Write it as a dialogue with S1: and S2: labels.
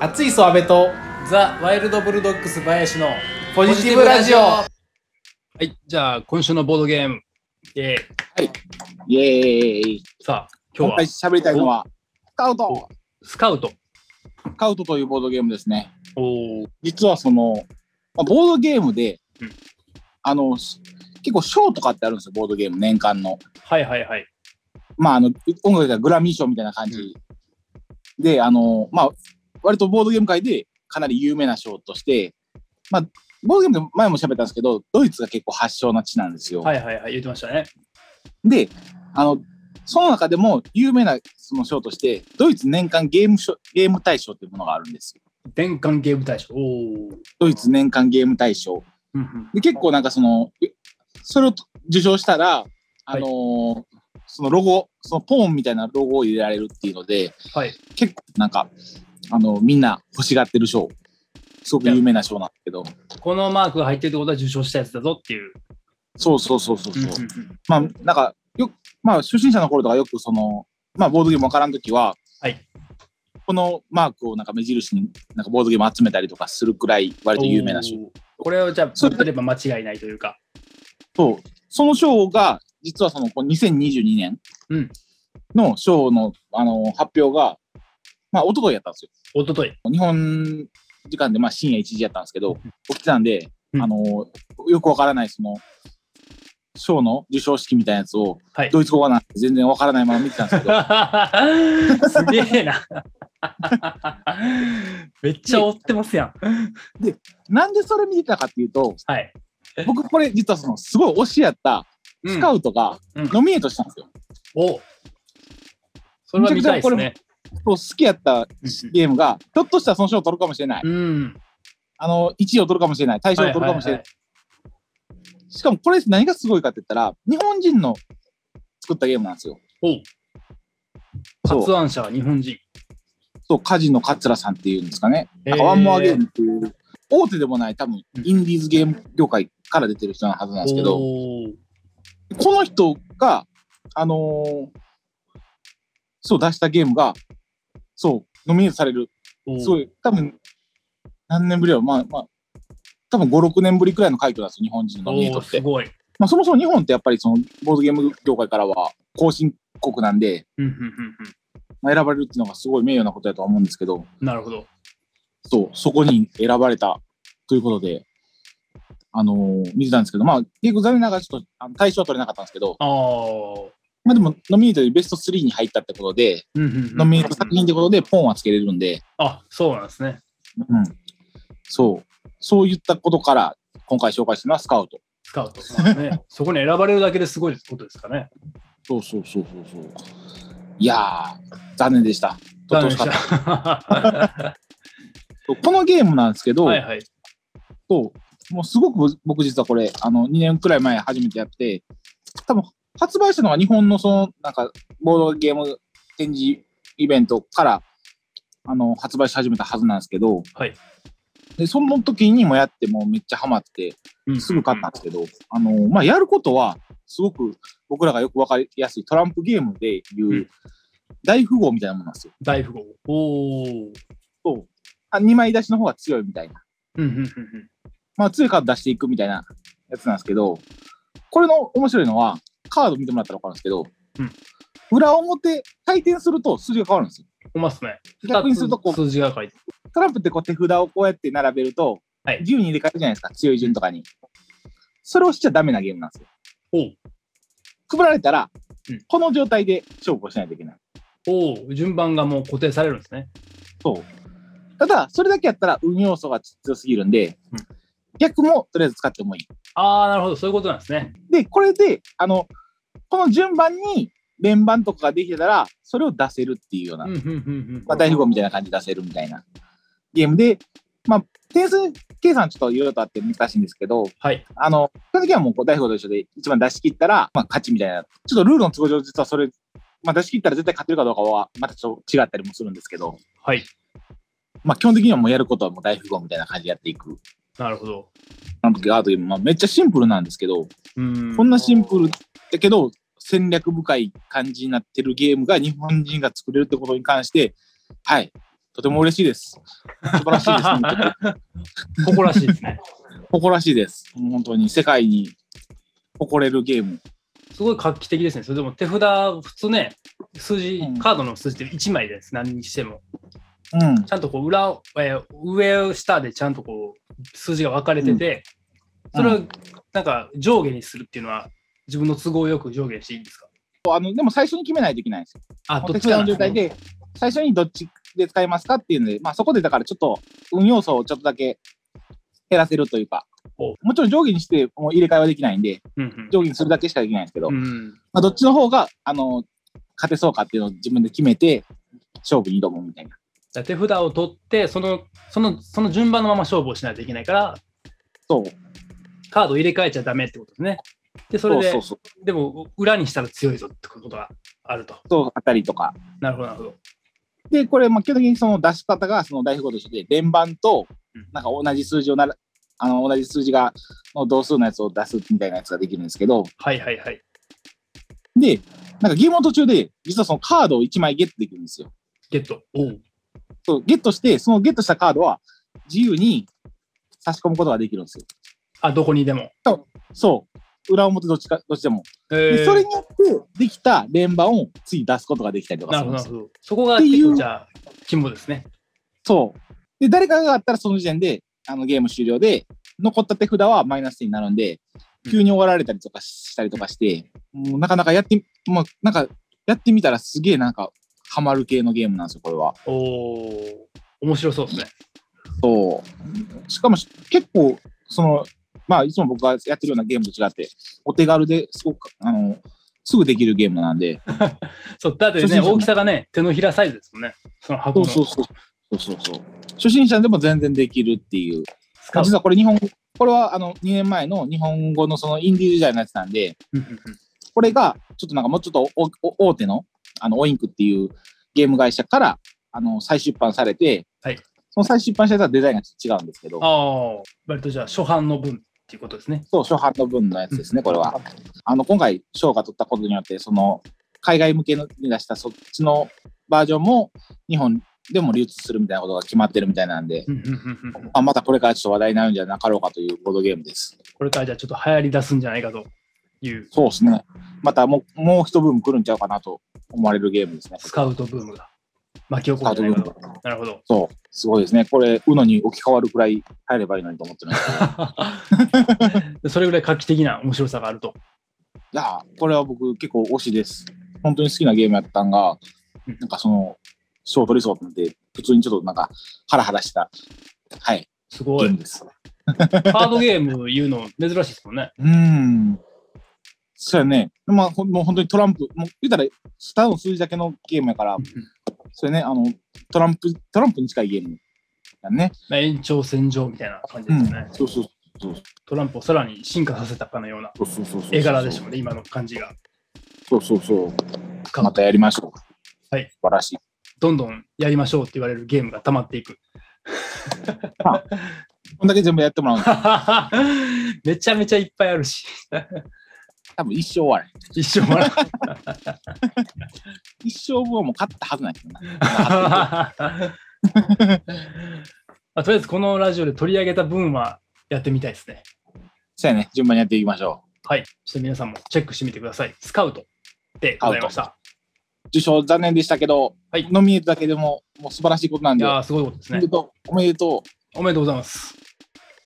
S1: 熱いそ阿部と
S2: ザ・ワイルド・ブルドッグス林の
S1: ポジティブラジオ
S2: は
S3: はい、じゃあ今週のボードゲーム、えー、
S4: イエーイ
S3: さあ今
S4: 今
S3: 日
S4: 回
S3: は
S4: 喋りたいのは、スカウト
S3: スカウト。
S4: スカウトというボードゲームですね。
S3: おお、
S4: 実はその、まあボードゲームで、
S3: うん
S4: あの、し結構賞とかってあるんですよ、ボードゲーム、年間の。
S3: はいはいはい。
S4: まあ、あの、音楽がグラミー賞みたいな感じ。で、あの、まあ、割とボードゲーム界でかなり有名な賞として、まあ、ボードゲームで前も喋ったんですけど、ドイツが結構発祥の地なんですよ。
S3: はいはいはい、言ってましたね。
S4: で、あの、その中でも有名なその賞として、ドイツ年間ゲーム賞ゲーム大賞っていうものがあるんですよ。
S3: 年間ゲーム大賞。おお。
S4: ドイツ年間ゲーム大賞。
S3: うんうん
S4: で、結構なんかその、えそれを受賞したら、あのーそのロゴ、そのポーンみたいなロゴを入れられるっていうので、
S3: はい
S4: 結構なんか、あの、みんな欲しがってる賞。すごく有名な賞なんですけど。
S3: このマークが入ってるってことは受賞したやつだぞっていう。
S4: そうそうそうそうそう。
S3: うんうんうん
S4: まあ、なんか、よく、まあ、初心者の頃とかよくその、まあ、ボードゲームわからんときは、
S3: はい
S4: このマークをなんか目印に、なんかボードゲーム集めたりとかするくらい、割と有名な賞。
S3: おーこれをじゃあ
S4: そ
S3: 取
S4: う
S3: れば間違いないというか。
S4: そう。その賞が、実はその、この2022年
S3: うん
S4: の賞の、あの、発表が、まあ、一昨日やったんですよ。
S3: 一昨日
S4: 日本時間で、まあ、深夜1時やったんですけど、起きてたんで、
S3: うん
S4: あの、よくわからない、その、賞の授賞式みたいなやつを、
S3: はい
S4: ドイツ語がなんて全然わからないまま見てたんですけど、
S3: すげえな。めっちゃ追ってますやん。
S4: なんでそれ見てたかっていうと、
S3: はい。
S4: 僕これ実はそのすごい推しやったスカ
S3: ウ
S4: ウトが
S3: うん
S4: ノミネートしたんですよ。
S3: おそれは見たいですね。
S4: そう好きやったゲームが、ひょっとしたらその賞を取るかもしれない。
S3: うん。
S4: あの、1位を取るかもしれない。大賞を取るかもしれない。しかもこれ何がすごいかって言ったら、日本人の作ったゲームなんですよ。
S3: おう
S4: そう
S3: 発案者は日本人。
S4: そう、カジノ桂さんっていうんですかね。
S3: え
S4: なんかワンモアゲームっていう、大手でもない多分
S3: うん
S4: インディーズゲーム業界から出てる人なはずなんですけど、
S3: おー
S4: この人が、あのーそう出したゲームが、そう、ノミネートされる。
S3: おー
S4: すごい、多分、何年ぶりだろう、まあ、まあ、多分5、6年ぶりくらいの快挙なんですよ、日本人のノミネー
S3: お
S4: ト
S3: ー
S4: って
S3: す。ごい。
S4: まあ、そもそも日本ってやっぱりその、ボードゲーム業界からは、後進国なんで、
S3: うんうんうん
S4: まあ、選ばれるっていうのがすごい名誉なことだとは思うんですけど、
S3: うんなるほど。
S4: そう、そこに選ばれたということで、あのー見てたんですけど、まあ、結局残念ながらちょっと、あの大賞は取れなかったんですけど、
S3: ああ。
S4: まあでも、ノミネートでベスト3に入ったってことで、ノ
S3: 飲
S4: ミネート作品ってことで、ポンはつけれるんで、
S3: あ、そうなんですね。
S4: うん。そう。そういったことから、今回紹介したのはスカウト。
S3: スカウト。まあね、そこに選ばれるだけですごいことですかね。
S4: そうそうそうそうそう。いやー、残念でした。と
S3: 残
S4: ってほ
S3: 念
S4: し
S3: で
S4: か
S3: し
S4: った
S3: た
S4: そうこのゲームなんですけど、
S3: はいはい。
S4: そうもうすごく僕実はこれ、あの、2年くらい前初めてやって、多分発売したのが日本のその、なんか、ボードゲーム展示イベントから、あの、発売し始めたはずなんですけど、
S3: はい
S4: で、その時にもやって、もうめっちゃハマって、
S3: うん
S4: すぐ勝ったんですけど、あの、まあ、やることは、すごく僕らがよくわかりやすいトランプゲームでい
S3: うん
S4: う大富豪みたいなものなんですよ。
S3: 大富豪。おお。
S4: そうあ2枚出しの方が強いみたいな。
S3: うんうんうんうん
S4: まあ、強いカード出していくみたいなやつなんですけど、これの面白いのは、カード見てもらったらわかるんですけど、
S3: うん
S4: 裏表、回転すると数字が変わるんですよ。
S3: ほんまっすね。
S4: 逆にするとこう
S3: 二つ数字が書いて。
S4: トランプってこう手札をこうやって並べると、
S3: はい
S4: 自由に入れ替えるじゃないですか、強い順とかに。それをしちゃダメなゲームなんですよ。
S3: おう
S4: 配られたら、
S3: うん
S4: この状態で勝負をしないといけない。
S3: おう順番がもう固定されるんですね。
S4: そう。ただ、それだけやったら運要素が強すぎるんで、
S3: うん
S4: 逆もとりあえず使ってもいい。
S3: ああ、なるほど。そういうことなんですね。
S4: で、これで、あの、この順番に連番とかができてたら、それを出せるっていうような、
S3: うんうんうんうん
S4: まあ、大富豪みたいな感じで出せるみたいなゲームで、まあ、点数計算ちょっといろいろとあって難しいんですけど、
S3: はい。
S4: あの、その時はもうこう大富豪と一緒で、一番出し切ったら、まあ、勝ちみたいな。ちょっとルールの都合上、実はそれ、まあ、出し切ったら絶対勝てるかどうかは、またちょっと違ったりもするんですけど、
S3: はい。
S4: まあ、基本的にはもうやることはもう大富豪みたいな感じでやっていく。
S3: なるほど。
S4: あの時アートゲーム、まあ、めっちゃシンプルなんですけど、
S3: うん。
S4: こんなシンプルだけど、戦略深い感じになってるゲームが日本人が作れるってことに関して、はい、とても嬉しいです。素晴らしいです。本当 に
S3: 誇らしいですね。
S4: 誇らしいです。本当に世界に誇れるゲーム。
S3: すごい画期的ですね。それでも手札、普通ね、数字
S4: うん、
S3: カードの数字って1枚です。何にしても。
S4: うん。
S3: ちゃんとこう裏を、えー上、下でちゃんとこう数字が分かれてて、
S4: うん
S3: それをなんか上下にするっていうのは、自分の都合よく上下にしていいんですか
S4: あの、でも最初に決めないといけないんですよ。
S3: あ、
S4: お
S3: どっ
S4: 手
S3: ちかな
S4: 伝の
S3: んで
S4: 状
S3: すね
S4: 態で、最初にどっちで使いますかっていうので、まあそこでだからちょっと運用素をちょっとだけ減らせるというか、
S3: お
S4: もちろん上下にしても入れ替えはできないんで、
S3: うん
S4: 上下にするだけしかできないんですけど、
S3: うん
S4: ま
S3: うん
S4: あどっちの方が、あの、勝てそうかっていうのを自分で決めて、勝負に挑むみたいな。
S3: だから手札を取ってそのその、その順番のまま勝負をしないといけないから、
S4: そう。
S3: カードを入れ替えちゃダメってことですね。で、それで、
S4: そうそうそう。
S3: でも裏にしたら強いぞってことがあると。
S4: そう、あたりとか。
S3: なるほど、なるほど。
S4: で、これ、まあ、基本的にその出し方が、その大富豪と一緒で、連番と
S3: うん、
S4: なんか同じ数字をなら、あの、同じ数字が、の同数のやつを出すみたいなやつができるんですけど、
S3: はいはいはい。
S4: で、なんかゲームの途中で、実はそのカードを1枚ゲットできるんですよ。
S3: ゲット。おう
S4: そう、ゲットして、そのゲットしたカードは、自由に差し込むことができるんですよ。
S3: あ、どこにでも。
S4: そう。裏表どっちか、どっちでも。
S3: へ
S4: で、
S3: ー
S4: それによって、できた連番を次出すことができたりとか
S3: なるほど、な
S4: するんです
S3: る
S4: よ。
S3: ほど。そこが
S4: ってい
S3: 結
S4: う
S3: 構じゃあ、肝ですね。
S4: そう。で、誰かが上がったらその時点で、あのゲーム終了で、残った手札はマイナスになるんで、
S3: うん
S4: 急に終わられたりとかしたりとかして、もうなかなかやって、もうなんかやってみたらすげえなんか、ハマる系のゲームなんですよ、これは。
S3: おお面白そうですね。
S4: そう。しかもし結構、その、まあ、いつも僕がやってるようなゲームと違って、お手軽ですごく、あの、すぐできるゲームなんで、
S3: そう、だって
S4: 初
S3: ね、
S4: 心者の
S3: 大きさがね、手のひらサイズですもんね。その箱
S4: そ
S3: の
S4: うそうそう。そうそうそう。初心者でも全然できるっていう。
S3: スカウト
S4: 実はこれ日本、これはあの2年前の日本語のそのインディー時代のやつなんで、
S3: うんうんうん
S4: これがちょっとなんかもうちょっとおお大手のあのオインクっていうゲーム会社からあの再出版されて、
S3: はい
S4: その再出版したやつはデザインが違うんですけど、
S3: ああ、割とじゃあ、初版の分っていうことですね。
S4: そう、初版の分のやつですね、これは。あの今回賞が取ったことによって、その海外向けのに出したそっちのバージョンも日本でも流通するみたいなことが決まってるみたいなんで、
S3: うんうんうんうんうん
S4: まあ、またこれからちょっと話題になるんじゃなかろうかというボードゲームです。
S3: これからじゃあ、ちょっと流行り出すんじゃないかという、
S4: そうですね。またもう、もう一ブーム来るんちゃうかなと思われるゲームですね。
S3: スカウトブームが巻き起
S4: ス
S3: こ
S4: カ
S3: る
S4: ウ
S3: んじ
S4: ト
S3: ゃ
S4: ブ
S3: ない
S4: ー
S3: か
S4: ム
S3: と。なるほど。
S4: そう。すごいですね。これ、UNO に置き換わるくらい入ればいいのにと思ってるん ですけど
S3: それぐらい画期的な面白さがあると。
S4: いやー、これは僕結構推しです。本当に好きなゲームやったんが、なんかその、賞取りそうってなって、普通にちょっとなんか、ハラハラした、はい、
S3: す
S4: ゲ
S3: ご
S4: ー
S3: い
S4: ム。です。
S3: カードゲーム言うの珍しいですもんね。
S4: うーん。そうやね。まあ、ほんもう本当にトランプ、もう言ったら、スターの数字だけのゲームやから、それね、あの、トランプ、トランプに近いゲームだね。
S3: まあ延長線上みたいな感じですね。
S4: そうそうそう。
S3: トランプをさらに進化させたかのような
S4: そうそうそうそう
S3: 絵柄でしょうね、今の感じが。
S4: そうそうそう。
S3: カ
S4: またやりましょう。
S3: はい。
S4: 素晴らしい。
S3: どんどんやりましょうって言われるゲームが溜まってい く。
S4: こんだけ全部やってもらうんで、
S3: めちゃめちゃいっぱいあるし、
S4: 多分一生終われ。
S3: 一生 もらう。
S4: 一生分はもう勝ったはずないけどな。
S3: まあとりあえずこのラジオで取り上げた分はやってみたいですね。
S4: そうやね。順番にやっていきましょ
S3: はい。ちょっと皆さんもチェックしてみてください。スカウトでございました。
S4: う。受賞残念でしたけど、
S3: はい
S4: ノミネートだけでももう素晴らしいことなん
S3: い
S4: で、
S3: やーすごいことです
S4: おめ
S3: ね
S4: で。とう。おめでとう。
S3: おめでとうございます。